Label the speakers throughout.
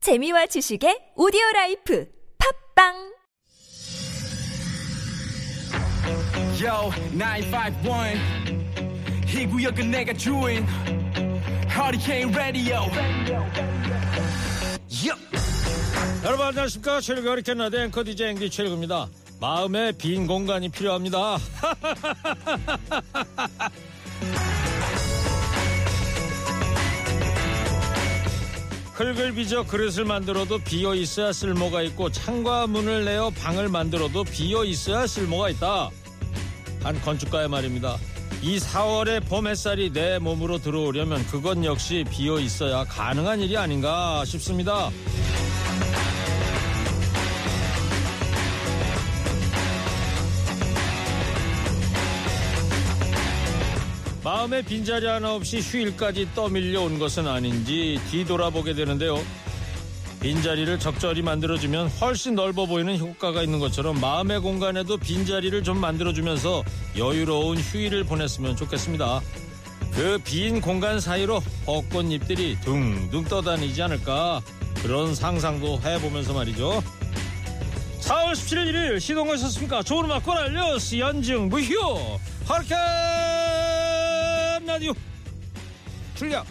Speaker 1: 재미와 지식의 오디오 라이프 팝빵
Speaker 2: Yo, 951. 이 구역은 내가 주인. Hurricane Radio. Yup.
Speaker 3: 여러분 안녕하십니까 최일구 허리케인 라디오 앵커 DJ 앵디 최일구입니다 마음에 빈 공간이 필요합니다 흙을빚어 그릇을 만들어도 비어 있어야 쓸모가 있고 창과 문을 내어 방을 만들어도 비어 있어야 쓸모가 있다 한 건축가의 말입니다 이 4월의 봄 햇살이 내 몸으로 들어오려면 그것 역시 비어 있어야 가능한 일이 아닌가 싶습니다 마음에 빈자리 하나 없이 휴일까지 떠밀려 온 것은 아닌지 뒤돌아보게 되는데요. 빈자리를 적절히 만들어주면 훨씬 넓어 보이는 효과가 있는 것처럼 마음의 공간에도 빈자리를 좀 만들어주면서 여유로운 휴일을 보냈으면 좋겠습니다. 그 빈 공간 사이로 벚꽃잎들이 둥둥 떠다니지 않을까 그런 상상도 해보면서 말이죠. 4월 17일 일요일 시동하셨습니까? 좋은 음악 권알 뉴스 연중 무휴 허리케인 라디오 출력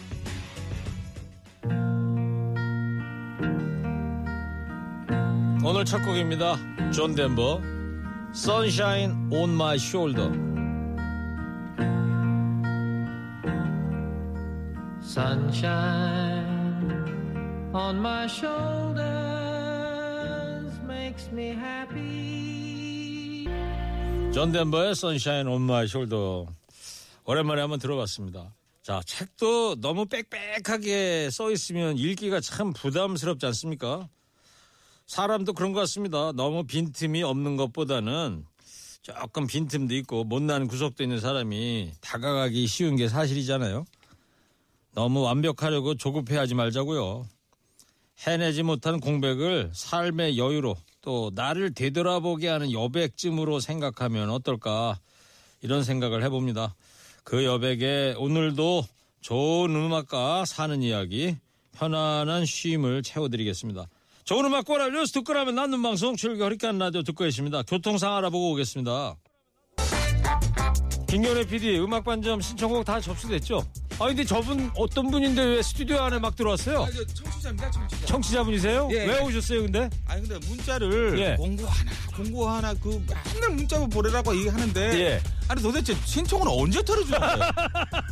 Speaker 3: 오늘 첫 곡입니다. 존 덴버 Sunshine on my shoulder
Speaker 4: Sunshine on my shoulders makes me happy.
Speaker 3: 존 덴버의 Sunshine on my shoulder 오랜만에 한번 들어봤습니다. 자, 책도 너무 빽빽하게 써 있으면 읽기가 참 부담스럽지 않습니까? 사람도 그런 것 같습니다. 너무 빈틈이 없는 것보다는 조금 빈틈도 있고 못난 구석도 있는 사람이 다가가기 쉬운 게 사실이잖아요. 너무 완벽하려고 조급해하지 말자고요. 해내지 못한 공백을 삶의 여유로 또 나를 되돌아보게 하는 여백쯤으로 생각하면 어떨까 이런 생각을 해봅니다. 그 여백에 오늘도 좋은 음악과 사는 이야기 편안한 쉼을 채워드리겠습니다. 좋은 음악 꼬라 뉴스 듣고 나면 낫는 방송 출격 허리케인 라디오 듣고 계십니다. 교통상 알아보고 오겠습니다. 김경래 PD 음악 반점 신청곡 다 접수됐죠? 아 근데 저분 어떤 분인데 왜 스튜디오 안에 막 들어왔어요?
Speaker 5: 아, 저 청취자입니다, 청취자.
Speaker 3: 청취자분이세요?
Speaker 5: 예.
Speaker 3: 왜 오셨어요, 근데?
Speaker 5: 아니 근데 문자를
Speaker 3: 예.
Speaker 5: 공고 하나, 공고 하나 그 맨날 문자로 보내라고 얘기하는데
Speaker 3: 예.
Speaker 5: 아니 도대체 신청은 언제 털어주는 거예요?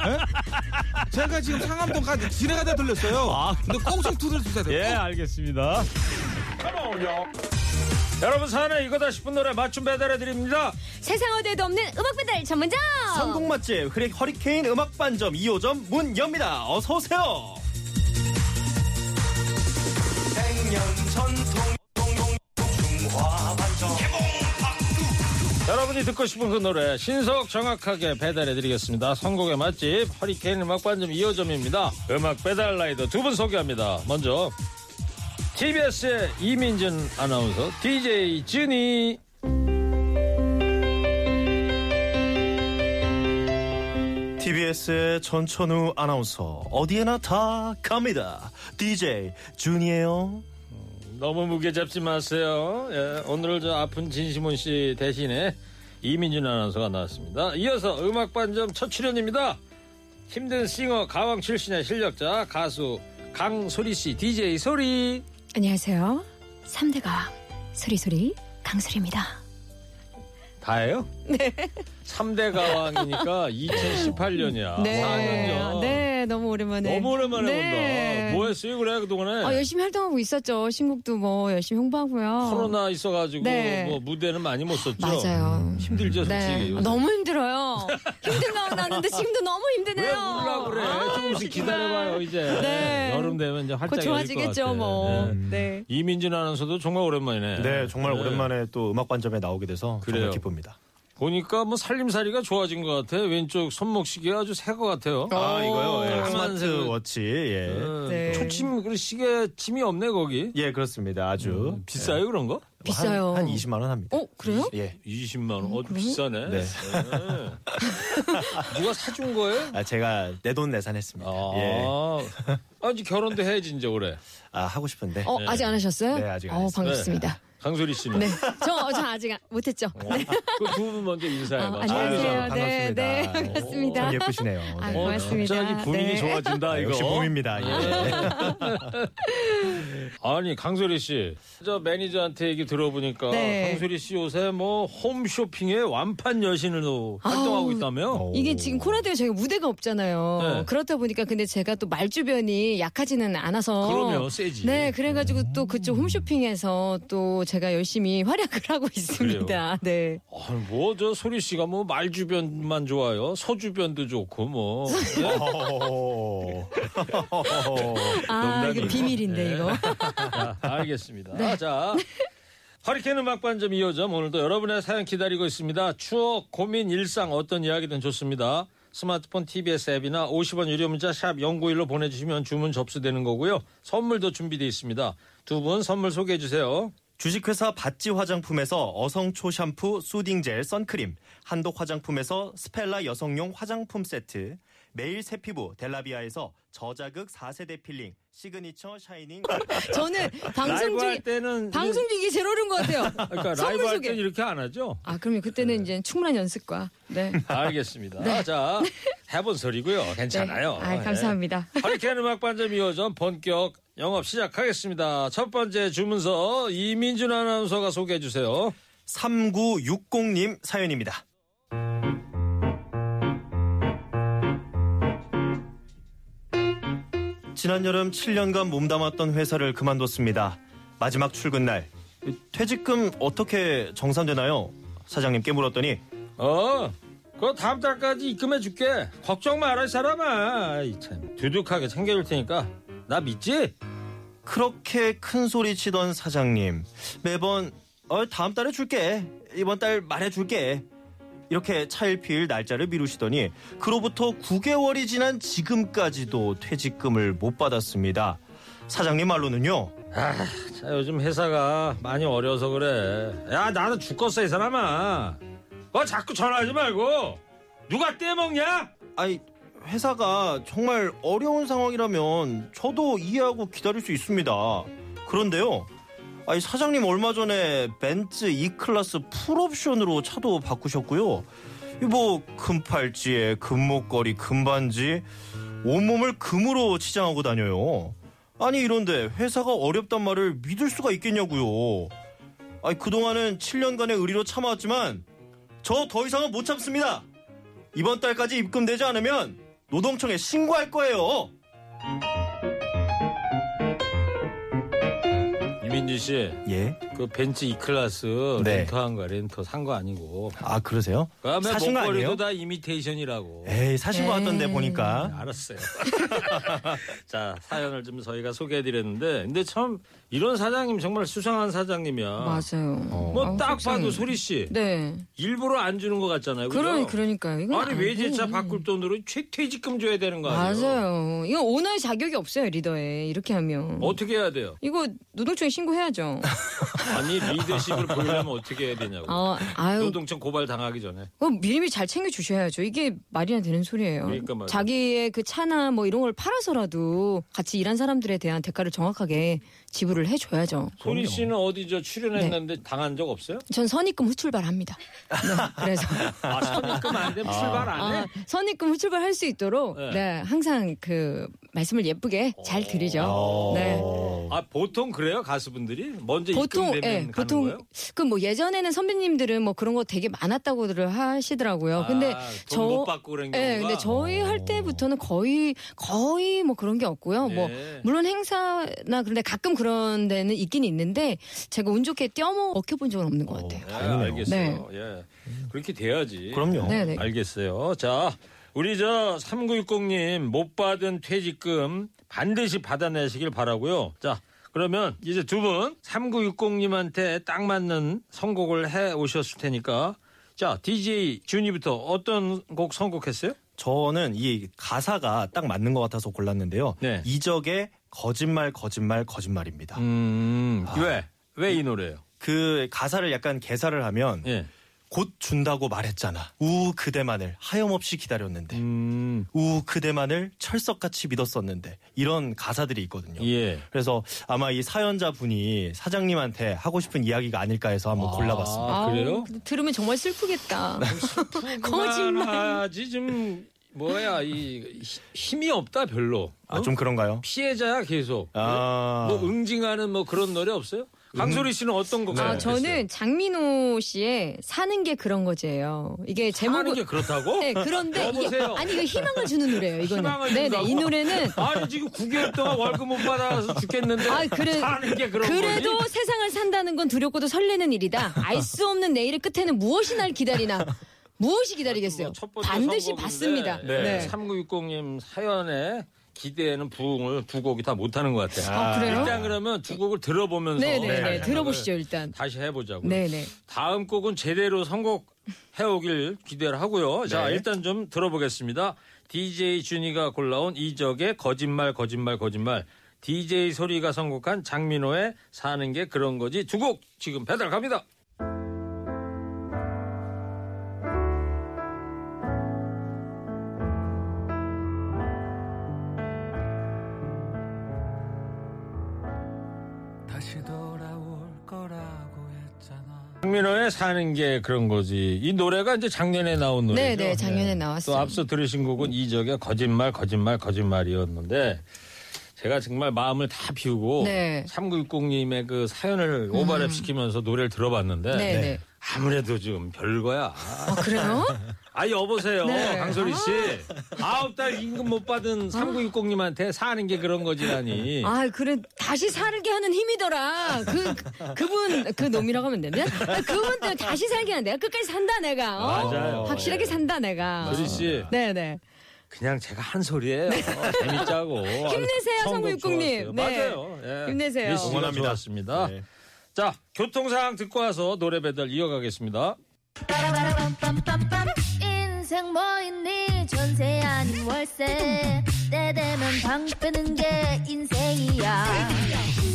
Speaker 5: 예? 제가 지금 상암동까지 지뢰가다 들렸어요.
Speaker 3: 아.
Speaker 5: 근데 꼭 좀 두드려 주셔야 돼요.
Speaker 3: 예, 알겠습니다. 여러분 사연에 이거다 싶은 노래 맞춤 배달해 드립니다.
Speaker 6: 세상 어디에도 없는 음악 배달 전문점.
Speaker 7: 성공 맛집 흐리- 허리케인 음악 반점 2호점 문 엽니다. 어서 오세요.
Speaker 3: 여러분이 듣고 싶은 그 노래 신속 정확하게 배달해 드리겠습니다. 선곡의 맛집 허리케인 음악 반점 2호점입니다. 음악 배달 라이더 두 분 소개합니다. 먼저 TBS의 이민준 아나운서, DJ 준이
Speaker 7: TBS의 전천후 아나운서 어디에나 다 갑니다. DJ 준이에요.
Speaker 3: 너무 무게 잡지 마세요. 예, 오늘 저 아픈 진시몬 씨 대신에 이민준 아나운서가 나왔습니다. 이어서 음악반점 첫 출연입니다. 힘든 싱어 가왕 출신의 실력자 가수 강소리 씨, DJ 소리.
Speaker 6: 안녕하세요. 3대 가왕 소리소리 강소리입니다.
Speaker 3: 다예요? 네. 3대 가왕이니까 2018년이야.
Speaker 7: 네. 아,
Speaker 3: 년 전.
Speaker 6: 네, 너무 오랜만에.
Speaker 3: 아,
Speaker 6: 네.
Speaker 3: 너무 오랜만에 본다. 뭐 했어요, 그래, 그동안에?
Speaker 6: 아, 열심히 활동하고 있었죠. 신곡도 뭐 열심히 홍보하고요.
Speaker 3: 코로나 있어가지고
Speaker 6: 네.
Speaker 3: 뭐 무대는 많이 못 썼죠.
Speaker 6: 맞아요.
Speaker 3: 힘들죠, 솔직히.
Speaker 6: 네.
Speaker 3: 요새.
Speaker 6: 아, 너무 힘들어요. 힘든 마음 나는데 지금도 너무 힘드네요.
Speaker 3: 왜 울라 그래?
Speaker 6: 아,
Speaker 3: 조금씩
Speaker 6: 정말.
Speaker 3: 기다려봐요 이제.
Speaker 6: 네.
Speaker 3: 여름 되면 이제 활짝
Speaker 6: 곧 좋아지겠죠, 뭐. 네.
Speaker 3: 이민진 아나운서도 정말 오랜만이네.
Speaker 8: 네, 정말 오랜만에 또 음악 관점에 나오게 돼서
Speaker 3: 그래요.
Speaker 8: 정말 기쁩니다.
Speaker 3: 보니까 뭐 살림살이가 좋아진 것 같아. 왼쪽 손목 시계 아주 새 것 같아요.
Speaker 7: 아, 이거요. 예,
Speaker 3: 아,
Speaker 7: 스마트 워치. 예.
Speaker 6: 네.
Speaker 3: 초침 그 시계 침이 없네 거기.
Speaker 7: 예, 네. 그렇습니다. 아주
Speaker 3: 비싸요 그런 거?
Speaker 6: 비싸요.
Speaker 7: 한, 한 20만 원 합니다.
Speaker 6: 어 그래요?
Speaker 7: 예.
Speaker 3: 20만 원. 어
Speaker 6: 음?
Speaker 3: 비싸네.
Speaker 7: 네.
Speaker 3: 예. 누가 사준 거예요?
Speaker 7: 아, 제가 내 돈 내산했습니다.
Speaker 3: 아,
Speaker 7: 예.
Speaker 3: 아직 결혼도 해야지 이제 올해.
Speaker 7: 아, 하고 싶은데.
Speaker 6: 어 아직 안 하셨어요?
Speaker 7: 네, 아직 안
Speaker 6: 어,
Speaker 7: 했어요.
Speaker 6: 반갑습니다.
Speaker 3: 강소리 씨는.
Speaker 6: 네, 저, 저 아직 안- 못했죠. 네.
Speaker 3: 그두 분 먼저 인사해
Speaker 6: 아,
Speaker 3: 봐. 어,
Speaker 6: 안녕하세요.
Speaker 7: 아유,
Speaker 6: 네, 네,
Speaker 7: 반갑습니다.
Speaker 6: 반갑습니다.
Speaker 7: 참 예쁘시네요.
Speaker 6: 아,
Speaker 7: 네.
Speaker 6: 고맙습니다.
Speaker 3: 갑자기 분위기
Speaker 6: 네.
Speaker 3: 좋아진다 이거.
Speaker 7: 역시 봄입니다. 예.
Speaker 3: 아니 강소리 씨, 저 매니저한테 얘기 들어보니까
Speaker 6: 네.
Speaker 3: 강소리 씨 요새 뭐 홈쇼핑의 완판 여신으로 활동하고
Speaker 6: 아우.
Speaker 3: 있다며?
Speaker 6: 이게 지금 코로나 제가 무대가 없잖아요.
Speaker 3: 네.
Speaker 6: 그렇다 보니까 근데 제가 또 말주변이 약하지는 않아서.
Speaker 3: 그럼요, 세지.
Speaker 6: 어. 네, 그래가지고 또 그쪽 홈쇼핑에서 또 제가 열심히 활약을 하고 있습니다. 네.
Speaker 3: 뭐 저 소리 씨가 뭐 말 주변만 좋아요, 소 주변도 좋고 뭐. 예?
Speaker 7: 어, 오.
Speaker 6: 아,
Speaker 3: 농담이에요.
Speaker 6: 이거 비밀인데,
Speaker 3: 네.
Speaker 6: 이거.
Speaker 3: 자, 알겠습니다.
Speaker 6: 네.
Speaker 3: 자. 허리케인 음악반점 2호점 오늘도 여러분의 사연 기다리고 있습니다. 추억, 고민, 일상 어떤 이야기든 좋습니다. 스마트폰 TBS 앱이나 50원 유료 문자 샵 0951로 보내주시면 주문 접수되는 거고요. 선물도 준비되어 있습니다. 두 분 선물 소개해 주세요.
Speaker 7: 주식회사 바찌 화장품에서 어성초 샴푸, 수딩젤, 선크림, 한독 화장품에서 스펠라 여성용 화장품 세트, 매일 새 피부 델라비아에서 저자극 4세대 필링, 시그니처 샤이닝.
Speaker 6: 저는 방송
Speaker 3: 라이브 할
Speaker 6: 중에,
Speaker 3: 때는
Speaker 6: 방송 중에 제일 어려운 것 같아요.
Speaker 3: 그러니까 라이브
Speaker 6: 선물
Speaker 3: 할 때는
Speaker 6: 소개.
Speaker 3: 이렇게 안 하죠?
Speaker 6: 아, 그럼요.
Speaker 3: 네.
Speaker 6: 그때는 이제 충분한 연습과. 네.
Speaker 3: 알겠습니다. 자, 해본 소리고요. 괜찮아요.
Speaker 6: 네. 아, 감사합니다.
Speaker 3: 네. 허리케인 음악반점 2호점 본격 영업 시작하겠습니다. 첫 번째 주문서 이민준 아나운서가 소개해 주세요.
Speaker 7: 3960님 사연입니다. 지난 여름 7년간 몸담았던 회사를 그만뒀습니다. 마지막 출근 날 퇴직금 어떻게 정산되나요? 사장님께 물었더니
Speaker 3: 어, 그거 다음 달까지 입금해 줄게. 걱정 마라, 이 사람아. 아이, 참, 두둑하게 챙겨줄 테니까. 나 믿지?
Speaker 7: 그렇게 큰 소리 치던 사장님 매번 어, 다음 달에 줄게 이번 달 말해 줄게 이렇게 차일피일 날짜를 미루시더니 그로부터 9개월이 지난 지금까지도 퇴직금을 못 받았습니다. 사장님 말로는요.
Speaker 3: 자, 요즘 회사가 많이 어려서 그래. 야, 나도 죽겠어, 이 사람아. 어, 자꾸 전화하지 말고. 누가 떼먹냐?
Speaker 7: 아이 회사가 정말 어려운 상황이라면 저도 이해하고 기다릴 수 있습니다. 그런데요. 아이 사장님 얼마 전에 벤츠 E클래스 풀옵션으로 차도 바꾸셨고요. 이뭐 금팔찌에 금목걸이, 금반지 온몸을 금으로 치장하고 다녀요. 아니 이런데 회사가 어렵단 말을 믿을 수가 있겠냐고요. 아이 그동안은 7년간의 의리로 참아왔지만 저 더 이상은 못 참습니다. 이번 달까지 입금되지 않으면 노동청에 신고할 거예요.
Speaker 3: 이민준 씨.
Speaker 7: 예.
Speaker 3: 그 벤츠 E 클래스
Speaker 7: 네.
Speaker 3: 렌터한 거야 렌터 산 거 아니고
Speaker 7: 아 그러세요?
Speaker 3: 그다음에
Speaker 7: 사신 거
Speaker 3: 목걸이도
Speaker 7: 아니에요?
Speaker 3: 다 이미테이션이라고
Speaker 7: 에이 사신
Speaker 6: 네.
Speaker 7: 것 같던데 보니까.
Speaker 3: 알았어요 자 사연을 좀 저희가 소개해드렸는데 근데 참 이런 사장님 정말 수상한 사장님이야
Speaker 6: 맞아요.
Speaker 3: 뭐
Speaker 6: 아우,
Speaker 3: 딱
Speaker 6: 속상해.
Speaker 3: 봐도 소리 씨
Speaker 6: 네.
Speaker 3: 일부러 안 주는 것 같잖아요 그죠?
Speaker 6: 그러, 그러니까요. 이건
Speaker 3: 아니
Speaker 6: 안
Speaker 3: 외제차
Speaker 6: 돼.
Speaker 3: 바꿀 돈으로 최퇴직금 줘야 되는 거 아니에요
Speaker 6: 맞아요. 이거 오너의 자격이 없어요, 리더에. 이렇게 하면.
Speaker 3: 어떻게 해야 돼요
Speaker 6: 이거 노동청에 신고해야죠.
Speaker 3: 아니 리더십을 보이려면 어떻게 해야 되냐고
Speaker 6: 아, 아유.
Speaker 3: 노동청 고발 당하기 전에
Speaker 6: 그거 미리미리 잘 챙겨주셔야죠. 이게 말이나 되는 소리예요.
Speaker 3: 그러니까 말이에요.
Speaker 6: 자기의 그 차나 뭐 이런 걸 팔아서라도 같이 일한 사람들에 대한 대가를 정확하게 지불을 해줘야죠.
Speaker 3: 소리 씨는 어디 저 출연했는데
Speaker 6: 네.
Speaker 3: 당한 적 없어요?
Speaker 6: 전 선입금 후출발합니다. 네, 그래서
Speaker 3: 아, 선입금 안 되면 출발 안 해?
Speaker 6: 아, 선입금 후출발할 수 있도록
Speaker 3: 네.
Speaker 6: 네. 항상 그 말씀을 예쁘게 잘 드리죠. 네.
Speaker 3: 아, 보통 그래요? 가수분들이? 먼저
Speaker 6: 보통
Speaker 3: 입금되면
Speaker 6: 예,
Speaker 3: 가는
Speaker 6: 보통
Speaker 3: 거예요?
Speaker 6: 그 뭐 예전에는 선배님들은 뭐 그런 거 되게 많았다고들 하시더라고요. 근데
Speaker 3: 아, 돈
Speaker 6: 저
Speaker 3: 못 받고 그런
Speaker 6: 예,
Speaker 3: 경우가? 어.
Speaker 6: 근데 저희 할 때부터는 거의 거의 뭐 그런 게 없고요.
Speaker 3: 예.
Speaker 6: 뭐 물론 행사나 그런데 가끔 그런 데는 있긴 있는데 제가 운 좋게 뛰어먹혀 본 적은 없는 것 같아요.
Speaker 3: 예, 알겠어요. 예. 그렇게 돼야지.
Speaker 7: 그럼요.
Speaker 6: 네, 네.
Speaker 3: 알겠어요. 자, 우리 저 3960님 못 받은 퇴직금 반드시 받아내시길 바라고요. 자, 그러면 이제 두 분 3960님한테 딱 맞는 선곡을 해 오셨을 테니까 자, DJ 준이부터 어떤 곡 선곡했어요?
Speaker 7: 저는 이 가사가 딱 맞는 것 같아서 골랐는데요.
Speaker 3: 네.
Speaker 7: 이적의 거짓말 거짓말 거짓말입니다.
Speaker 3: 음, 왜? 왜 이 노래예요?
Speaker 7: 그 가사를 약간 개사를 하면
Speaker 3: 예.
Speaker 7: 곧 준다고 말했잖아. 우 그대만을 하염없이 기다렸는데.
Speaker 3: 음,
Speaker 7: 우 그대만을 철석같이 믿었었는데 이런 가사들이 있거든요.
Speaker 3: 예.
Speaker 7: 그래서 아마 이 사연자 분이 사장님한테 하고 싶은 이야기가 아닐까 해서 한번 골라봤습니다.
Speaker 3: 아, 그래요? 네,
Speaker 6: 아우, 근데 들으면 정말 슬프겠다. 거짓말.
Speaker 3: 하지 좀 뭐야 이 히- 힘이 없다 별로. 어?
Speaker 7: 아, 좀 그런가요?
Speaker 3: 피해자야 계속.
Speaker 7: 아,
Speaker 3: 뭐 응징하는 뭐 그런 노래 없어요? 강소리 씨는 어떤
Speaker 7: 네,
Speaker 3: 곡?
Speaker 6: 아,
Speaker 3: 선택했어요?
Speaker 6: 저는 장민호 씨의 사는 게 그런 거지예요. 이게
Speaker 3: 하는
Speaker 6: 제목은
Speaker 3: 게 그렇다고?
Speaker 6: 네, 그런데 이게
Speaker 3: 여보세요?
Speaker 6: 아니 이거 희망을 주는 노래예요.
Speaker 3: 희망을
Speaker 6: 이거는 네네
Speaker 3: 준다고?
Speaker 6: 이 노래는
Speaker 3: 아니 지금 9개월 동안 월급 못 받아서 죽겠는데
Speaker 6: 아, 그래-
Speaker 3: 사는 게 그런 뭐
Speaker 6: 그래도
Speaker 3: 거지?
Speaker 6: 세상을 산다는 건 두렵고도 설레는 일이다. 알 수 없는 내일의 끝에는 무엇이 날 기다리나. 무엇이 기다리겠어요?
Speaker 3: 뭐 첫 번째
Speaker 6: 반드시
Speaker 3: 선곡인데,
Speaker 6: 봤습니다.
Speaker 3: 네.
Speaker 6: 네.
Speaker 3: 3960님 사연에 기대에는 부응을 두 곡이 다 못하는 것 같아요.
Speaker 6: 아, 그래요?
Speaker 3: 일단 그러면 두 곡을 들어보면서
Speaker 6: 네, 네,
Speaker 3: 생각을
Speaker 6: 네. 들어보시죠, 일단.
Speaker 3: 다시 해보자고요.
Speaker 6: 네, 네.
Speaker 3: 다음 곡은 제대로 선곡해오길 기대를 하고요. 자, 일단 좀 들어보겠습니다. DJ 준이가 골라온 이적의 거짓말, 거짓말, 거짓말. DJ 소리가 선곡한 장민호의 사는 게 그런 거지 두 곡 지금 배달 갑니다.
Speaker 4: 다시 돌아올 거라고 했잖아.
Speaker 3: 장민호의 사는 게 그런 거지. 이 노래가 이제 작년에 나온 노래죠.
Speaker 6: 네, 네, 작년에 나왔어요.
Speaker 3: 또 앞서 들으신 곡은 이적의 거짓말, 거짓말, 거짓말이었는데 제가 정말 마음을 다 비우고
Speaker 6: 네. 음.
Speaker 3: 3960님의 그 사연을 오버랩 시키면서 노래를 들어봤는데
Speaker 6: 네, 네.
Speaker 3: 아무래도 좀 별거야.
Speaker 6: 아, 그래요?
Speaker 3: 아 여보세요,
Speaker 6: 네.
Speaker 3: 강소리 씨. 아홉 달 임금 못 받은 3960님한테 사는 게 그런 거지라니.
Speaker 6: 아, 그래. 다시 살게 하는 힘이더라. 그, 그- 그분, 그 놈이라고 하면 되나? 그분 때문에 다시 살게 하는 내가 끝까지 산다, 내가. 어?
Speaker 3: 맞아요. 예.
Speaker 6: 확실하게 산다, 내가.
Speaker 3: 소리 씨.
Speaker 6: 네네.
Speaker 3: 그냥 제가 한 소리예요. 어, 재밌자고.
Speaker 6: 네. 힘내세요,
Speaker 3: 성공 좋았어요.
Speaker 6: 성구육공님. 네.
Speaker 3: 맞아요. 예.
Speaker 6: 힘내세요.
Speaker 3: 메시지가
Speaker 7: 응원합니다.
Speaker 3: 좋았습니다.
Speaker 7: 네.
Speaker 3: 자, 교통상황 듣고 와서 노래 배달 이어가겠습니다.
Speaker 8: 인생 뭐 있니 전세 아닌 월세 때 되면 방 빼는 게 인생이야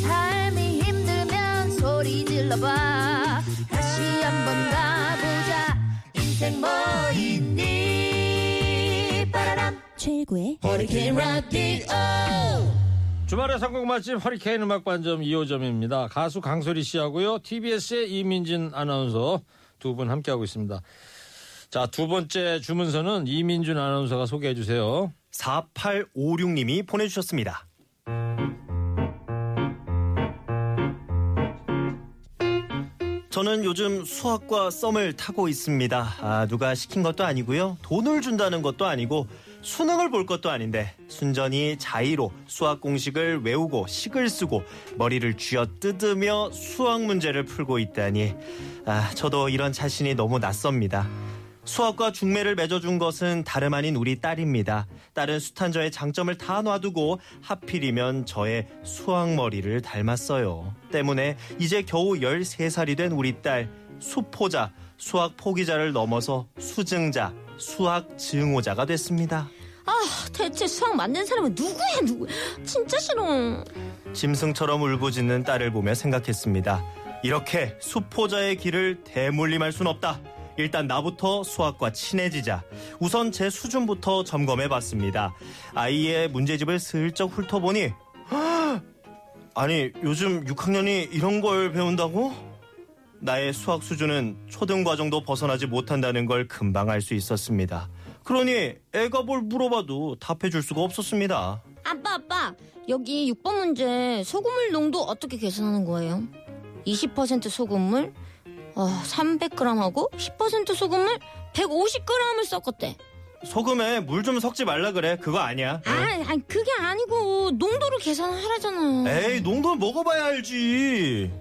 Speaker 8: 삶이 힘들면 소리 질러봐 다시 한번 가보자 인생 뭐 있니 빠라람 최고의 허리케인 라디오
Speaker 3: 주말의 선곡 맛집 허리케인 음악 반점 2호점입니다. 가수 강소리 씨하고요. TBS의 이민진 아나운서 두 분 함께하고 있습니다. 자, 두 번째 주문서는 이민준 아나운서가 소개해 주세요.
Speaker 7: 4856님이 보내주셨습니다. 저는 요즘 수학과 썸을 타고 있습니다. 아, 누가 시킨 것도 아니고요. 돈을 준다는 것도 아니고 수능을 볼 것도 아닌데 순전히 자의로 수학 공식을 외우고 식을 쓰고 머리를 쥐어뜯으며 수학 문제를 풀고 있다니 아, 저도 이런 자신이 너무 낯섭니다. 수학과 중매를 맺어준 것은 다름 아닌 우리 딸입니다. 딸은 수탄저의 장점을 다 놔두고 하필이면 저의 수학머리를 닮았어요. 때문에 이제 겨우 13살이 된 우리 딸, 수포자, 수학 포기자를 넘어서 수증자, 수학 증오자가 됐습니다.
Speaker 8: 아, 대체 수학 맞는 사람은 누구야, 누구? 진짜 싫어.
Speaker 7: 짐승처럼 울부짖는 딸을 보며 생각했습니다. 이렇게 수포자의 길을 대물림할 순 없다. 일단 나부터 수학과 친해지자. 우선 제 수준부터 점검해 봤습니다. 아이의 문제집을 슬쩍 훑어보니, 헉! 아니, 요즘 6학년이 이런 걸 배운다고? 나의 수학 수준은 초등 과정도 벗어나지 못한다는 걸 금방 알 수 있었습니다. 그러니 애가 뭘 물어봐도 답해줄 수가 없었습니다.
Speaker 8: 아빠, 아빠, 여기 6번 문제 소금물 농도 어떻게 계산하는 거예요? 20% 소금물, 어, 300g하고 10% 소금물, 150g을 섞었대.
Speaker 7: 소금에 물 좀 섞지 말라 그래. 그거 아니야.
Speaker 8: 아, 아니 그게 아니고 농도를 계산하라잖아.
Speaker 7: 에이, 농도 먹어봐야 알지.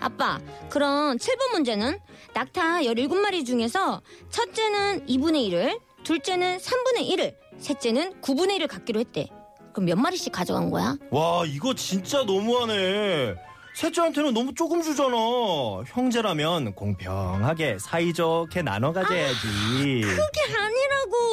Speaker 8: 아빠, 그럼 7번 문제는 낙타 17마리 중에서 첫째는 2분의 1을, 둘째는 3분의 1을, 셋째는 9분의 1을 갖기로 했대. 그럼 몇 마리씩 가져간 거야?
Speaker 7: 와, 이거 진짜 너무하네. 셋째한테는 너무 조금 주잖아. 형제라면 공평하게 사이좋게 나눠 가져야지.
Speaker 8: 그게 아니라고.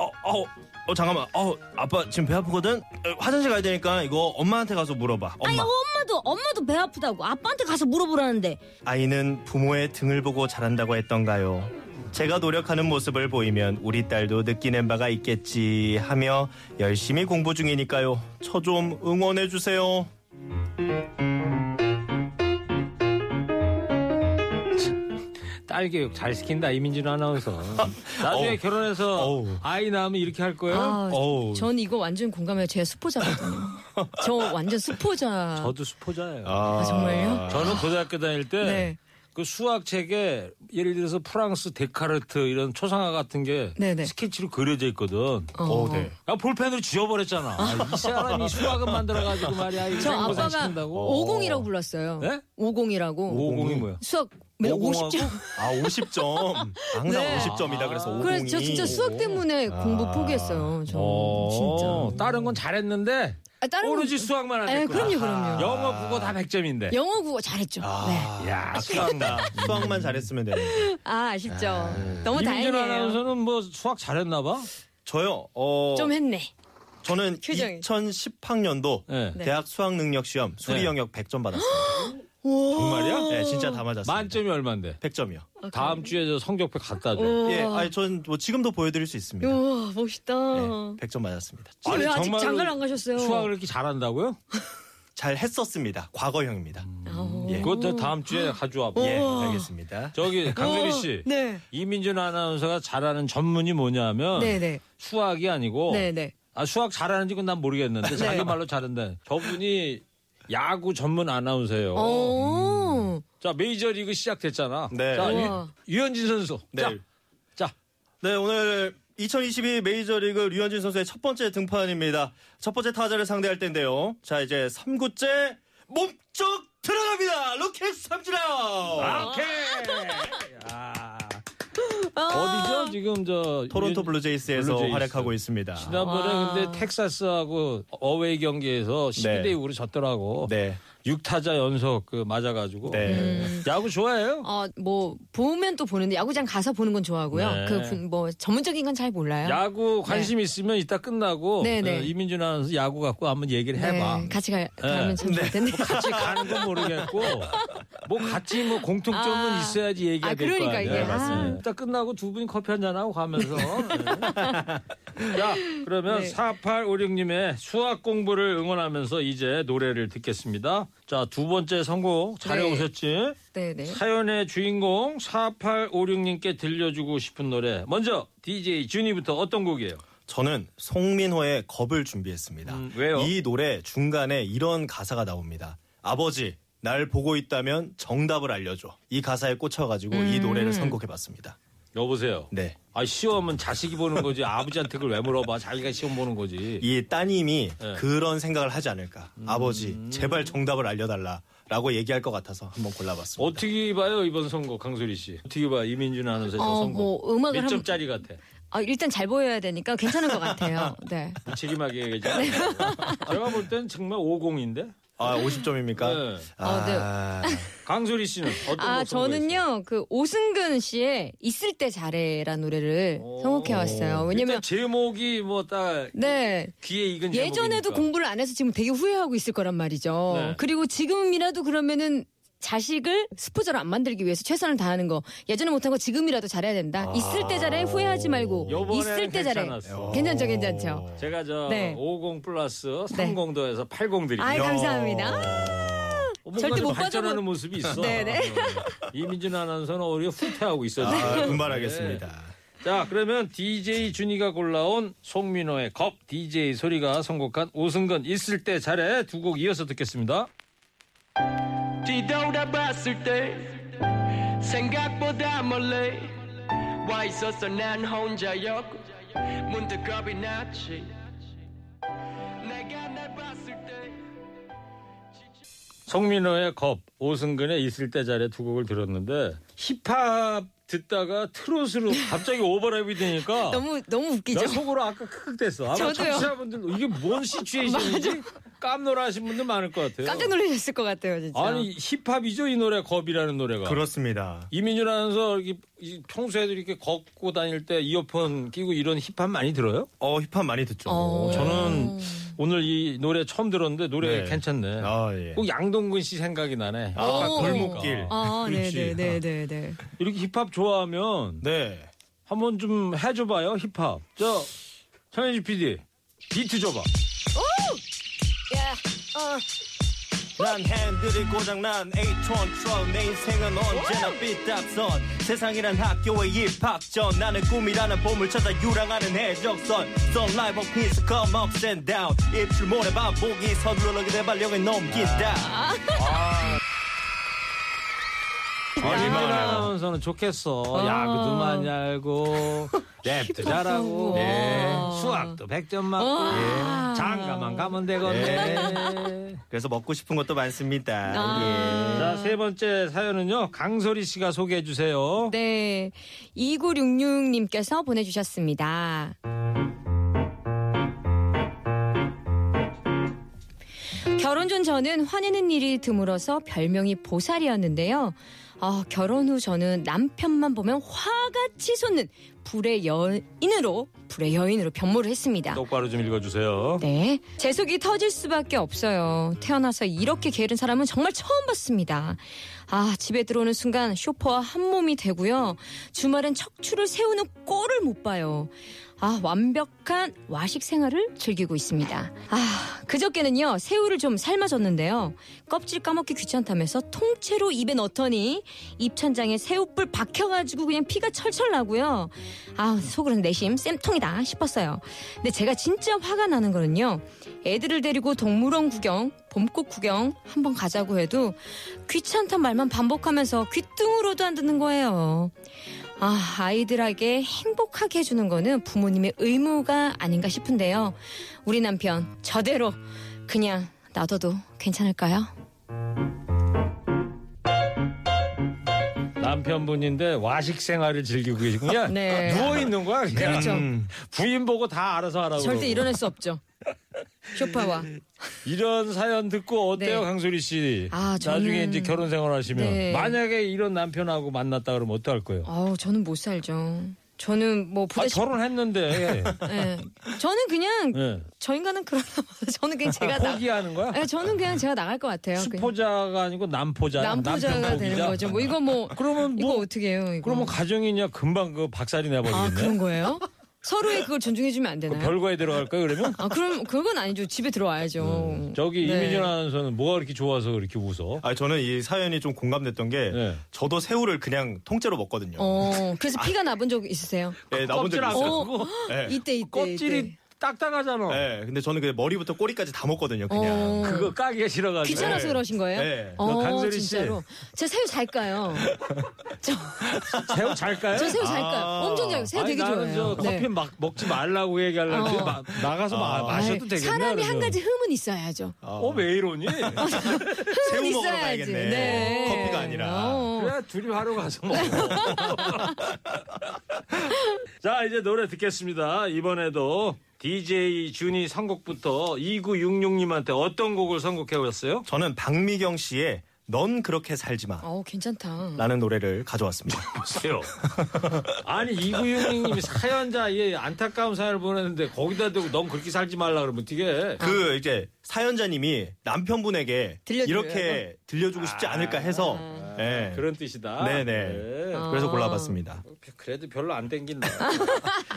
Speaker 7: 어, 어, 어, 잠깐만. 어, 아빠 지금 배 아프거든. 어, 화장실 가야 되니까 이거 엄마한테 가서 물어봐.
Speaker 8: 아니
Speaker 7: 엄마.
Speaker 8: 엄마도 엄마도 배 아프다고 아빠한테 가서 물어보라는데
Speaker 7: 아이는 부모의 등을 보고 자란다고 했던가요? 제가 노력하는 모습을 보이면 우리 딸도 느끼는 바가 있겠지 하며 열심히 공부 중이니까요. 저 좀 응원해 주세요.
Speaker 3: 딸 교육 잘 시킨다 이민준 아나운서. 나중에
Speaker 7: 어우.
Speaker 3: 결혼해서
Speaker 7: 어우.
Speaker 3: 아이 낳으면 이렇게 할 거예요?
Speaker 6: 아,
Speaker 7: 어우.
Speaker 6: 전 이거 완전 공감해요. 제가 수포자거든요. 저 완전 수포자.
Speaker 3: 저도 수포자예요.
Speaker 6: 아, 정말요?
Speaker 3: 저는 고등학교 다닐 때.
Speaker 6: 네.
Speaker 3: 그 수학 책에 예를 들어서 프랑스 데카르트 이런 초상화 같은 게
Speaker 6: 네네.
Speaker 3: 스케치로 그려져 있거든.
Speaker 6: 어.
Speaker 7: 오, 네.
Speaker 3: 아, 볼펜으로 지워버렸잖아. 아, 이 사람이 수학은 만들어가지고 말이야. 이거
Speaker 6: 저
Speaker 3: 공부 다
Speaker 6: 아빠가
Speaker 3: 시킨다고.
Speaker 6: 50이라고 불렀어요.
Speaker 3: 네?
Speaker 6: 50이라고.
Speaker 3: 오공이 뭐야?
Speaker 6: 수학 매 50점.
Speaker 7: 아, 50점. 항상
Speaker 6: 네.
Speaker 7: 50점이다 그래서 50.
Speaker 6: 그래서 저 진짜 수학 때문에
Speaker 3: 아.
Speaker 6: 공부 포기했어요. 저 진짜.
Speaker 3: 어, 다른 건 잘했는데
Speaker 6: 아, 다른 건-
Speaker 3: 오로지 수학만 안
Speaker 6: 에,
Speaker 3: 했구나. 아,
Speaker 6: 그럼요, 그럼요.
Speaker 3: 영어 국어 다 100점인데.
Speaker 6: 영어 국어 잘했죠.
Speaker 3: 아.
Speaker 6: 네.
Speaker 3: 야,
Speaker 7: 수학다. 수학만 잘했으면 되는데.
Speaker 6: 아, 아쉽죠.
Speaker 3: 이민준
Speaker 6: 너무 뭐 다행이에요.
Speaker 3: 아나운서는 뭐 수학 잘했나 봐.
Speaker 7: 저요. 어,
Speaker 6: 좀 했네.
Speaker 7: 저는
Speaker 6: 표정이.
Speaker 7: 2010학년도
Speaker 3: 예.
Speaker 6: 네.
Speaker 7: 대학 수학 능력 시험 수리
Speaker 3: 네.
Speaker 7: 영역 100점 받았어요.
Speaker 3: 정말이야?
Speaker 7: 네, 진짜 다 맞았어요.
Speaker 3: 만점이 얼마인데?
Speaker 7: 100점이요.
Speaker 6: 어.
Speaker 3: 다음 주에 저 성적표 갖다 줘.
Speaker 6: 우와.
Speaker 7: 예, 아니 전뭐 지금도 보여드릴 수 있습니다.
Speaker 6: 우와, 멋있다.
Speaker 3: 어.
Speaker 7: 네, 100점 맞았습니다.
Speaker 6: 아, 왜 아직
Speaker 3: 정말로
Speaker 6: 장가를 안 가셨어요?
Speaker 3: 수학을 이렇게 잘한다고요?
Speaker 7: 잘 했었습니다. 과거형입니다.
Speaker 6: 아우.
Speaker 7: 예.
Speaker 3: 그것 도 다음 주에 가져와 봐.
Speaker 7: 예, 알겠습니다.
Speaker 3: 저기 강세리 씨.
Speaker 6: 어. 네.
Speaker 3: 이민준 아나운서가 잘하는 전문이 뭐냐면
Speaker 6: 네네.
Speaker 3: 수학이 아니고
Speaker 6: 네네. 네.
Speaker 3: 아, 수학 잘하는지 그건 난 모르겠는데 자기 말로 잘한다. 저분이 야구 전문 아나운서예요.
Speaker 6: 어. 오.
Speaker 3: 자 메이저리그 시작됐잖아.
Speaker 7: 네.
Speaker 3: 자
Speaker 6: 우와.
Speaker 3: 유, 현진 선수.
Speaker 7: 네.
Speaker 3: 자, 자
Speaker 7: 네, 오늘 2022 메이저리그 류현진 선수의 첫 번째 등판입니다. 첫 번째 타자를 상대할 텐데요. 자, 이제 3구째 몸쪽 들어갑니다. 로켓 삼진아.
Speaker 6: 아.
Speaker 3: 어디죠? 지금 저
Speaker 7: 토론토
Speaker 3: 유-
Speaker 7: 블루제이스에서
Speaker 3: 블루제이스.
Speaker 7: 활약하고 있습니다.
Speaker 3: 지난번에
Speaker 6: 와.
Speaker 3: 근데 텍사스하고 어웨이 경기에서 12대 6으로 졌더라고.
Speaker 7: 네.
Speaker 3: 6타자 연속 그 맞아가지고.
Speaker 7: 네.
Speaker 6: 음.
Speaker 3: 야구 좋아해요?
Speaker 6: 어, 뭐 보면 또 보는데 야구장 가서 보는 건 좋아하고요.
Speaker 3: 네.
Speaker 6: 그 뭐 전문적인 건 잘 몰라요.
Speaker 3: 야구 관심 있으면 이따 끝나고
Speaker 6: 네, 네.
Speaker 3: 어, 이민준 아나운서 야구 갖고 한번 얘기를 해봐.
Speaker 6: 네, 같이 가, 가면 참 좋을 텐데.
Speaker 3: 같이 가는 건 모르겠고 뭐 같이 뭐 공통점은
Speaker 6: 아.
Speaker 3: 있어야지 얘기가
Speaker 6: 아,
Speaker 3: 될 거
Speaker 6: 그러니까
Speaker 3: 아니에요.
Speaker 6: 이게. 아. 맞습니다.
Speaker 3: 일단 끝나고 두 분이 커피 한잔 하고 가면서. 네. 자 그러면
Speaker 6: 네.
Speaker 3: 4856님의 수학 공부를 응원하면서 이제 노래를 듣겠습니다. 자 두 번째 선곡 잘해
Speaker 6: 네.
Speaker 3: 오셨지?
Speaker 6: 네, 네.
Speaker 3: 사연의 주인공 4856님께 들려주고 싶은 노래 먼저 DJ 준이부터 어떤 곡이에요?
Speaker 7: 저는 송민호의 겁을 준비했습니다.
Speaker 3: 음, 왜요?
Speaker 7: 이 노래 중간에 이런 가사가 나옵니다. 아버지, 날 보고 있다면 정답을 알려줘. 이 가사에 꽂혀가지고 이
Speaker 3: 음.
Speaker 7: 노래를 선곡해봤습니다.
Speaker 3: 여보세요.
Speaker 7: 네.
Speaker 3: 아 시험은 자식이 보는 거지 아버지한테 그걸 왜 물어봐? 자기가 시험 보는 거지.
Speaker 7: 이 따님이
Speaker 3: 네. 음.
Speaker 7: 그런 생각을 하지 않을까. 아버지, 제발 정답을 알려달라. 라고 얘기할 것 같아서 한번 골라봤습니다.
Speaker 3: 어떻게 봐요 이번 선거 강소리 씨? 어떻게 봐 이민준 아나운서의
Speaker 6: 어,
Speaker 3: 선거?
Speaker 6: 뭐 음악을
Speaker 3: 몇
Speaker 6: 한-
Speaker 3: 점짜리 같아?
Speaker 6: 아, 일단 잘 보여야 되니까 괜찮은 것 같아요. 네.
Speaker 3: 무책임하게 얘기하지 마세요. 제가 볼 땐 정말 50인데
Speaker 7: 아, 50점입니까?
Speaker 3: 네.
Speaker 6: 어,
Speaker 7: 아,
Speaker 3: 강소리 씨는 어떤
Speaker 6: 아,
Speaker 3: 곡 선곡했어요?
Speaker 6: 저는요. 그 오승근 씨의 있을 때 잘해라는 노래를 선곡해 왔어요. 왜냐면
Speaker 3: 일단 제목이 뭐 딱
Speaker 6: 네.
Speaker 3: 귀에 익은
Speaker 6: 예전에도
Speaker 3: 제목이니까.
Speaker 6: 공부를 안 해서 지금 되게 후회하고 있을 거란 말이죠.
Speaker 3: 네.
Speaker 6: 그리고 지금이라도 그러면은 자식을 스포자로 안 만들기 위해서 최선을 다하는 거. 예전에 못한 거 지금이라도 잘해야 된다. 있을 때 잘해 후회하지 말고
Speaker 3: 아. 요번에는
Speaker 6: 있을 때 잘해.
Speaker 3: 괜찮았어.
Speaker 6: 괜찮죠, 괜찮죠.
Speaker 3: 제가 저 50
Speaker 6: 네.
Speaker 3: 플러스
Speaker 6: 네.
Speaker 3: 30 더해서 80 드립니다. 어,
Speaker 6: 아이 감사합니다.
Speaker 3: 뭔가
Speaker 6: 절대
Speaker 3: 좀
Speaker 6: 못
Speaker 3: 발전하는
Speaker 6: 빠져본-
Speaker 3: 모습이 있어.
Speaker 6: 네네.
Speaker 3: 이민준 아나운서는 오히려 후퇴하고 있었죠.
Speaker 6: 네.
Speaker 7: 아, 분발하겠습니다.
Speaker 3: 자, 그러면 DJ 준이가 골라온 송민호의 겁, DJ 소리가 선곡한 오승근 있을 때 잘해 두 곡 이어서 듣겠습니다.
Speaker 9: 뒤돌아봤을 때 생각보다 멀리 와 있었어 난 혼자였고 문득 겁이 났지 내가 날 봤을 때
Speaker 3: 송민호의 겁, 오승근의 있을 때 잘해 두 곡을 들었는데 힙합 듣다가 트롯으로 갑자기 오버랩이 되니까
Speaker 6: 아, 너무 너무 웃기죠.
Speaker 3: 나 속으로 아까 크크댔어. 아마
Speaker 6: 저도요.
Speaker 3: 청취자분들도 이게 뭔 시츄에이션인지 깜놀아 하신 분들 많을 것 같아요.
Speaker 6: 깜짝 놀라셨을 것 같아요, 진짜.
Speaker 3: 아니 힙합이죠 이 노래 겁이라는 노래가.
Speaker 7: 그렇습니다.
Speaker 3: 이민준 아나운서 이렇게 이- 평소에도 이렇게 걷고 다닐 때 이어폰 끼고 이런 힙합 많이 들어요?
Speaker 7: 어 힙합 많이 듣죠.
Speaker 6: 어.
Speaker 3: 저는 오늘 이 노래 처음 들었는데 노래
Speaker 7: 네.
Speaker 3: 괜찮네. 어.
Speaker 7: 아 예.
Speaker 3: 꼭 양동근 씨 생각이 나네.
Speaker 7: 아
Speaker 6: 오.
Speaker 7: 골목길.
Speaker 6: 아,
Speaker 7: 그렇지.
Speaker 6: 네네네네.
Speaker 3: 이렇게 힙합 좋아하면
Speaker 7: 네.
Speaker 3: 한번 좀 해줘봐요 힙합. 저 천현지 PD 비트 줘봐.
Speaker 7: 난 핸들이 고장난 H1 트럭 내 인생은 언제나 삐딱선 세상이란 학교의 입학전 나는 꿈이라는 봄을 찾아 유랑하는 해적선 Sunlight of peace come ups and down 입술 모래 반복이 서두르게 내 발령에 넘긴다 아.
Speaker 3: 이민준 아나운서는 좋겠어. 야구도 많이 알고 랩도 잘하고
Speaker 6: 네.
Speaker 3: 수학도 100점 맞고 예.
Speaker 6: 와.
Speaker 3: 장가만 가면 되겠네.
Speaker 7: 그래서 먹고 싶은 것도 많습니다 예.
Speaker 6: 아.
Speaker 3: 자, 세 번째 사연은요. 강소리 씨가 소개해 주세요.
Speaker 6: 네. 2966님께서 보내주셨습니다. 결혼 전 저는 화내는 일이 드물어서 별명이 보살이었는데요. 아, 결혼 후 저는 남편만 보면 화가 치솟는 불의 여인으로, 불의 여인으로 변모를 했습니다.
Speaker 3: 똑바로 좀 읽어 주세요.
Speaker 6: 네. 제 속이 터질 수밖에 없어요. 태어나서 이렇게 게으른 사람은 정말 처음 봤습니다. 아, 집에 들어오는 순간 쇼퍼와 한 몸이 되고요. 주말엔 척추를 세우는 꼴을 못 봐요. 아, 완벽한 와식 생활을 즐기고 있습니다. 아, 그저께는요, 새우를 좀 삶아줬는데요. 껍질 까먹기 귀찮다면서 통째로 입에 넣더니 입천장에 새우뿔 박혀가지고 그냥 피가 철철 나고요. 아, 속으로는 내심 쌤통이다 싶었어요. 근데 제가 진짜 화가 나는 거는요. 애들을 데리고 동물원 구경, 봄꽃 구경 한번 가자고 해도 귀찮단 말만 반복하면서 귓등으로도 안 듣는 거예요. 아, 아이들에게 행복하게 해주는 거는 부모님의 의무가 아닌가 싶은데요. 우리 남편 저대로 그냥 놔둬도 괜찮을까요?
Speaker 3: 남편분인데 와식 생활을 즐기고 계시군요.
Speaker 6: 네.
Speaker 3: 누워 있는 거야. 그냥. 음.
Speaker 6: 그렇죠.
Speaker 3: 부인 보고 다 알아서 하라고.
Speaker 6: 절대
Speaker 3: 그러고.
Speaker 6: 일어날 수 없죠. 쇼파와.
Speaker 3: 이런 사연 듣고 어때요,
Speaker 6: 네.
Speaker 3: 강소리 씨?
Speaker 6: 아, 저는-
Speaker 3: 나중에 이제 결혼 생활 하시면
Speaker 6: 네.
Speaker 3: 만약에 이런 남편하고 만났다 그러면 어떡할 거예요?
Speaker 6: 아우, 저는 못 살죠. 저는 뭐
Speaker 3: 아,
Speaker 6: 부대식
Speaker 3: 결혼했는데.
Speaker 6: 예. 저는 그냥
Speaker 3: 예.
Speaker 6: 저 인간은 그러나 봐요. 저는 그냥 제가 나.
Speaker 3: 포기하는 거야?
Speaker 6: 예, 저는 그냥 제가 나갈 것 같아요. 그냥
Speaker 3: 수포자가 아니고 남포자. 남편
Speaker 6: 남포자가 되는
Speaker 3: 포기자?
Speaker 6: 거죠. 뭐 이거 뭐
Speaker 3: 그러면
Speaker 6: 이거
Speaker 3: 뭐-
Speaker 6: 어떻게 해요? 이거.
Speaker 3: 그러면 가정이냐 금방 그 박살이
Speaker 6: 아
Speaker 3: 나버리겠네.
Speaker 6: 그런 거예요? 서로의 그걸 존중해주면 안 되나요?
Speaker 3: 별거에 들어갈까요, 그러면?
Speaker 6: 아 그럼 그건 아니죠. 집에 들어와야죠.
Speaker 3: 음, 저기
Speaker 6: 네.
Speaker 3: 이미준 아나운서는 뭐가 그렇게 좋아서 그렇게 웃어?
Speaker 7: 아 저는 이 사연이 좀 공감됐던 게
Speaker 3: 네.
Speaker 7: 저도 새우를 그냥 통째로 먹거든요
Speaker 6: 어 그래서 피가 나본 적 있으세요?
Speaker 7: 네, 나본 적
Speaker 3: 껍질 안
Speaker 7: 있어요
Speaker 6: 어.
Speaker 3: 깎고
Speaker 7: 네.
Speaker 6: 이때 이때
Speaker 3: 예, 껍질이
Speaker 6: 이때.
Speaker 3: 딱딱하잖아.
Speaker 7: 네, 근데 저는 그 머리부터 꼬리까지 다 먹거든요 그냥
Speaker 6: 어.
Speaker 3: 그거 까기가 싫어가지고.
Speaker 6: 귀찮아서 그러신 거예요?
Speaker 7: 네.
Speaker 6: 어,
Speaker 3: 강소리 씨.
Speaker 6: 진짜로. 제 새우 잘 까요. 저,
Speaker 3: 새우 잘까요?
Speaker 6: 저 새우 잘 까요. 엄청 잘 까요. 새우
Speaker 3: 아니,
Speaker 6: 되게
Speaker 3: 나는
Speaker 6: 좋아해요.
Speaker 3: 저 커피
Speaker 6: 네.
Speaker 3: 막 먹지 말라고 얘기하려고
Speaker 6: 어.
Speaker 3: 나가서 마, 마셔도
Speaker 6: 아이,
Speaker 3: 되겠네.
Speaker 6: 사람이 한
Speaker 3: 그러면.
Speaker 6: 가지 흠은 있어야죠.
Speaker 3: 어, 왜 이러니?
Speaker 7: 새우
Speaker 6: 흠은
Speaker 7: 먹으러
Speaker 6: 있어야지.
Speaker 7: 가야겠네. 커피가 아니라.
Speaker 6: 어.
Speaker 3: 그래, 둘이 하러 가서 먹어. 자, 이제 노래 듣겠습니다. 이번에도 DJ 준이 선곡부터 2966님한테 어떤 곡을 선곡해 오셨어요?
Speaker 7: 저는 박미경 씨의 넌 그렇게 살지 마
Speaker 6: 어, 괜찮다.
Speaker 7: 라는 노래를 가져왔습니다.
Speaker 6: 어.
Speaker 3: 보세요. 아니 이구윤님이 사연자 예 안타까운 사연을 보냈는데 거기다 대고 넌 그렇게 살지 말라 그러면 어떻게?
Speaker 7: 그 이제 사연자님이 남편분에게
Speaker 6: 들려줘요, 아.
Speaker 7: 이렇게 들려주고 싶지 않을까 해서 예.
Speaker 3: 그런 뜻이다.
Speaker 7: 네네. 그래서 골라봤습니다.
Speaker 3: 그래도 별로 안 땡긴다.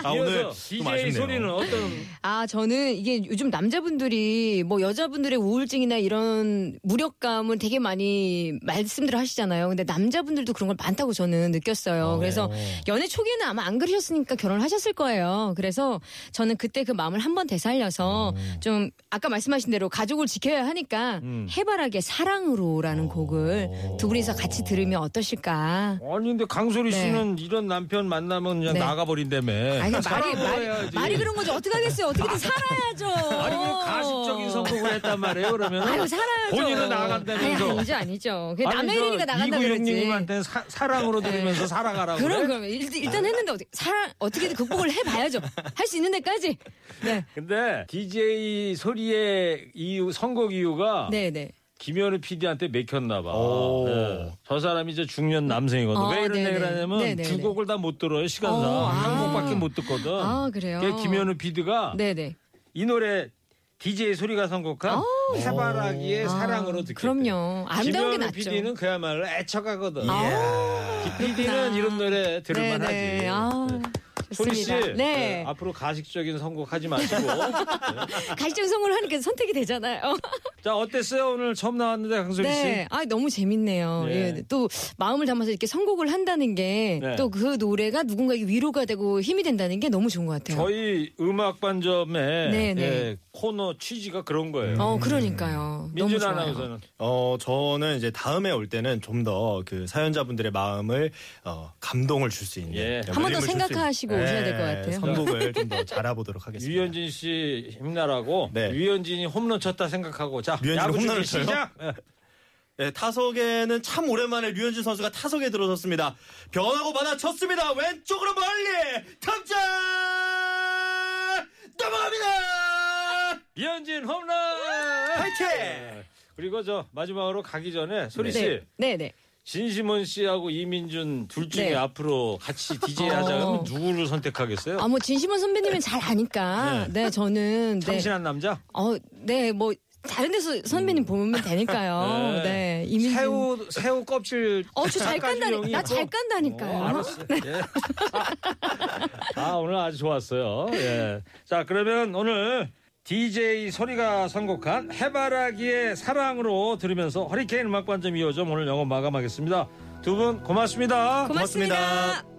Speaker 7: 아 오늘 좀
Speaker 3: DJ
Speaker 7: 아쉽네요.
Speaker 3: 소리는 어떤?
Speaker 6: 아, 저는 이게 요즘 남자분들이 뭐 여자분들의 우울증이나 이런 무력감을 되게 많이 말씀들 하시잖아요. 근데 남자분들도 그런 걸 많다고 저는 느꼈어요.
Speaker 3: 아,
Speaker 6: 그래서
Speaker 3: 네.
Speaker 6: 연애 초기에는 아마 안 그러셨으니까 결혼을 하셨을 거예요. 그래서 저는 그때 그 마음을 한번 되살려서
Speaker 3: 음.
Speaker 6: 좀 아까 말씀하신 대로 가족을 지켜야 하니까 해바라기의 사랑으로라는 곡을 두 분이서 같이 들으면 어떠실까.
Speaker 3: 아니 근데 강소리
Speaker 6: 네.
Speaker 3: 씨는 이런 남편 만나면 그냥
Speaker 6: 네.
Speaker 3: 나가버린다며.
Speaker 6: 아니, 그냥 말이, 뭐. 말이,
Speaker 3: 살아보여야지.
Speaker 6: 말이 그런 거지. 어떻게 하겠어요. 어떻게든 살아야죠.
Speaker 3: 아니 그냥 가식적인 선곡을 했단 말이에요. 그러면
Speaker 6: 아유 살아야죠.
Speaker 3: 본인은 나간다면서.
Speaker 6: 아니, 아니죠 아니죠. 그게 남의 일이니까 나간다 그러지. 네.
Speaker 3: 이구윤님한테 사랑으로 들으면서 살아가라고.
Speaker 6: 그럼
Speaker 3: 그래?
Speaker 6: 그럼 일, 일단 했는데 어떻게 사랑 어떻게든 극복을 해봐야죠. 할 수 있는 데까지. 네.
Speaker 3: 근데 DJ 소리의 이유 선곡 이유가
Speaker 6: 네네.
Speaker 3: 김현우 PD한테 맥혔나 봐.
Speaker 7: 오.
Speaker 3: 예. 저 사람이 이제 중년 남성이거든.
Speaker 6: 아,
Speaker 3: 왜 이런
Speaker 6: 네네.
Speaker 3: 얘기를 하냐면
Speaker 6: 네네네.
Speaker 3: 두 곡을 다 못 들어요 시간상
Speaker 6: 어, 아.
Speaker 3: 한 곡밖에 못 듣거든.
Speaker 6: 아, 그래요?
Speaker 3: 그게 김현우 PD가
Speaker 6: 네네.
Speaker 3: 이 노래 DJ 소리가 선곡한 해바라기의 사랑으로 듣게.
Speaker 6: 아. 그럼요. 아름다운 게
Speaker 3: 김현우
Speaker 6: 낫죠. 아.
Speaker 3: PD는 그야말로 애척하거든.
Speaker 6: 그렇구나.
Speaker 3: PD는 이런 노래 들을만하지.
Speaker 6: 네네. 아,
Speaker 3: 소리 씨,
Speaker 6: 좋습니다.
Speaker 3: 네,
Speaker 6: 네.
Speaker 3: 앞으로 가식적인 선곡하지 마시고. 아.
Speaker 6: 가시적 성공을 하니까 선택이 되잖아요.
Speaker 3: 자, 어땠어요? 오늘 처음 나왔는데 강소리 씨.
Speaker 6: 네, 아 너무 재밌네요.
Speaker 3: 네.
Speaker 6: 예, 또 마음을 담아서 이렇게 선곡을 한다는 게
Speaker 3: 네.
Speaker 6: 또 그 노래가 누군가에게 위로가 되고 힘이 된다는 게 너무 좋은 것 같아요.
Speaker 3: 저희 음악 반점의
Speaker 6: 예. 네, 네.
Speaker 3: 예, 코너 취지가 그런 거예요.
Speaker 6: 어, 그러니까요. 너무
Speaker 3: 음. 민준
Speaker 6: 좋아요.
Speaker 3: 아나운서는
Speaker 7: 어, 저는 이제 다음에 올 때는 좀 더 그 사연자분들의 마음을 어, 감동을 줄 수 있는 네,
Speaker 3: 예.
Speaker 6: 한번더
Speaker 7: 울림을 줄수
Speaker 6: 생각하시고
Speaker 7: 있는,
Speaker 6: 오셔야 될것
Speaker 7: 예,
Speaker 6: 같아요.
Speaker 7: 선곡을 좀 더 잘해보도록 하겠습니다.
Speaker 3: 유현진 씨 힘나라고
Speaker 7: 네.
Speaker 3: 유현진이 홈런 쳤다 생각하고 자
Speaker 7: 유현진이
Speaker 3: 야구
Speaker 7: 홈런을
Speaker 3: 준비
Speaker 7: 쳐요?
Speaker 3: 시작.
Speaker 7: 예, 타석에는 참 오랜만에 류현진 선수가 타석에 들어섰습니다. 변하고 받아 쳤습니다. 왼쪽으로 멀리 탐장 넘어갑니다.
Speaker 3: 유현진 홈런. 예.
Speaker 7: 파이팅!
Speaker 3: 그리고 저 마지막으로 가기 전에 소리 씨
Speaker 6: 네, 네, 네.
Speaker 3: 진심원 씨하고 이민준 둘 중에
Speaker 6: 네. 어.
Speaker 3: 앞으로 같이 DJ 하자면 누구를 선택하겠어요?
Speaker 6: 아, 뭐 진심원 선배님은 잘 아니까. 네, 저는 네.
Speaker 3: 참신한 남자.
Speaker 6: 어, 네, 뭐 다른 데서 선배님 보면 되니까요. 네, 이민준.
Speaker 3: 새우 새우 껍질.
Speaker 6: 어, 저 잘
Speaker 3: 깎아준
Speaker 6: 깐다니,
Speaker 3: 형이
Speaker 6: 나 잘
Speaker 3: 있고.
Speaker 6: 깐다니까요.
Speaker 3: 어, 알았어. 예. 아, 오늘 아주 좋았어요. 예. 자, 그러면 오늘 DJ 소리가 선곡한 해바라기의 사랑으로 들으면서 허리케인 음악관점 이어점 오늘 영업 마감하겠습니다. 두 분 고맙습니다.
Speaker 6: 고맙습니다.
Speaker 7: 고맙습니다.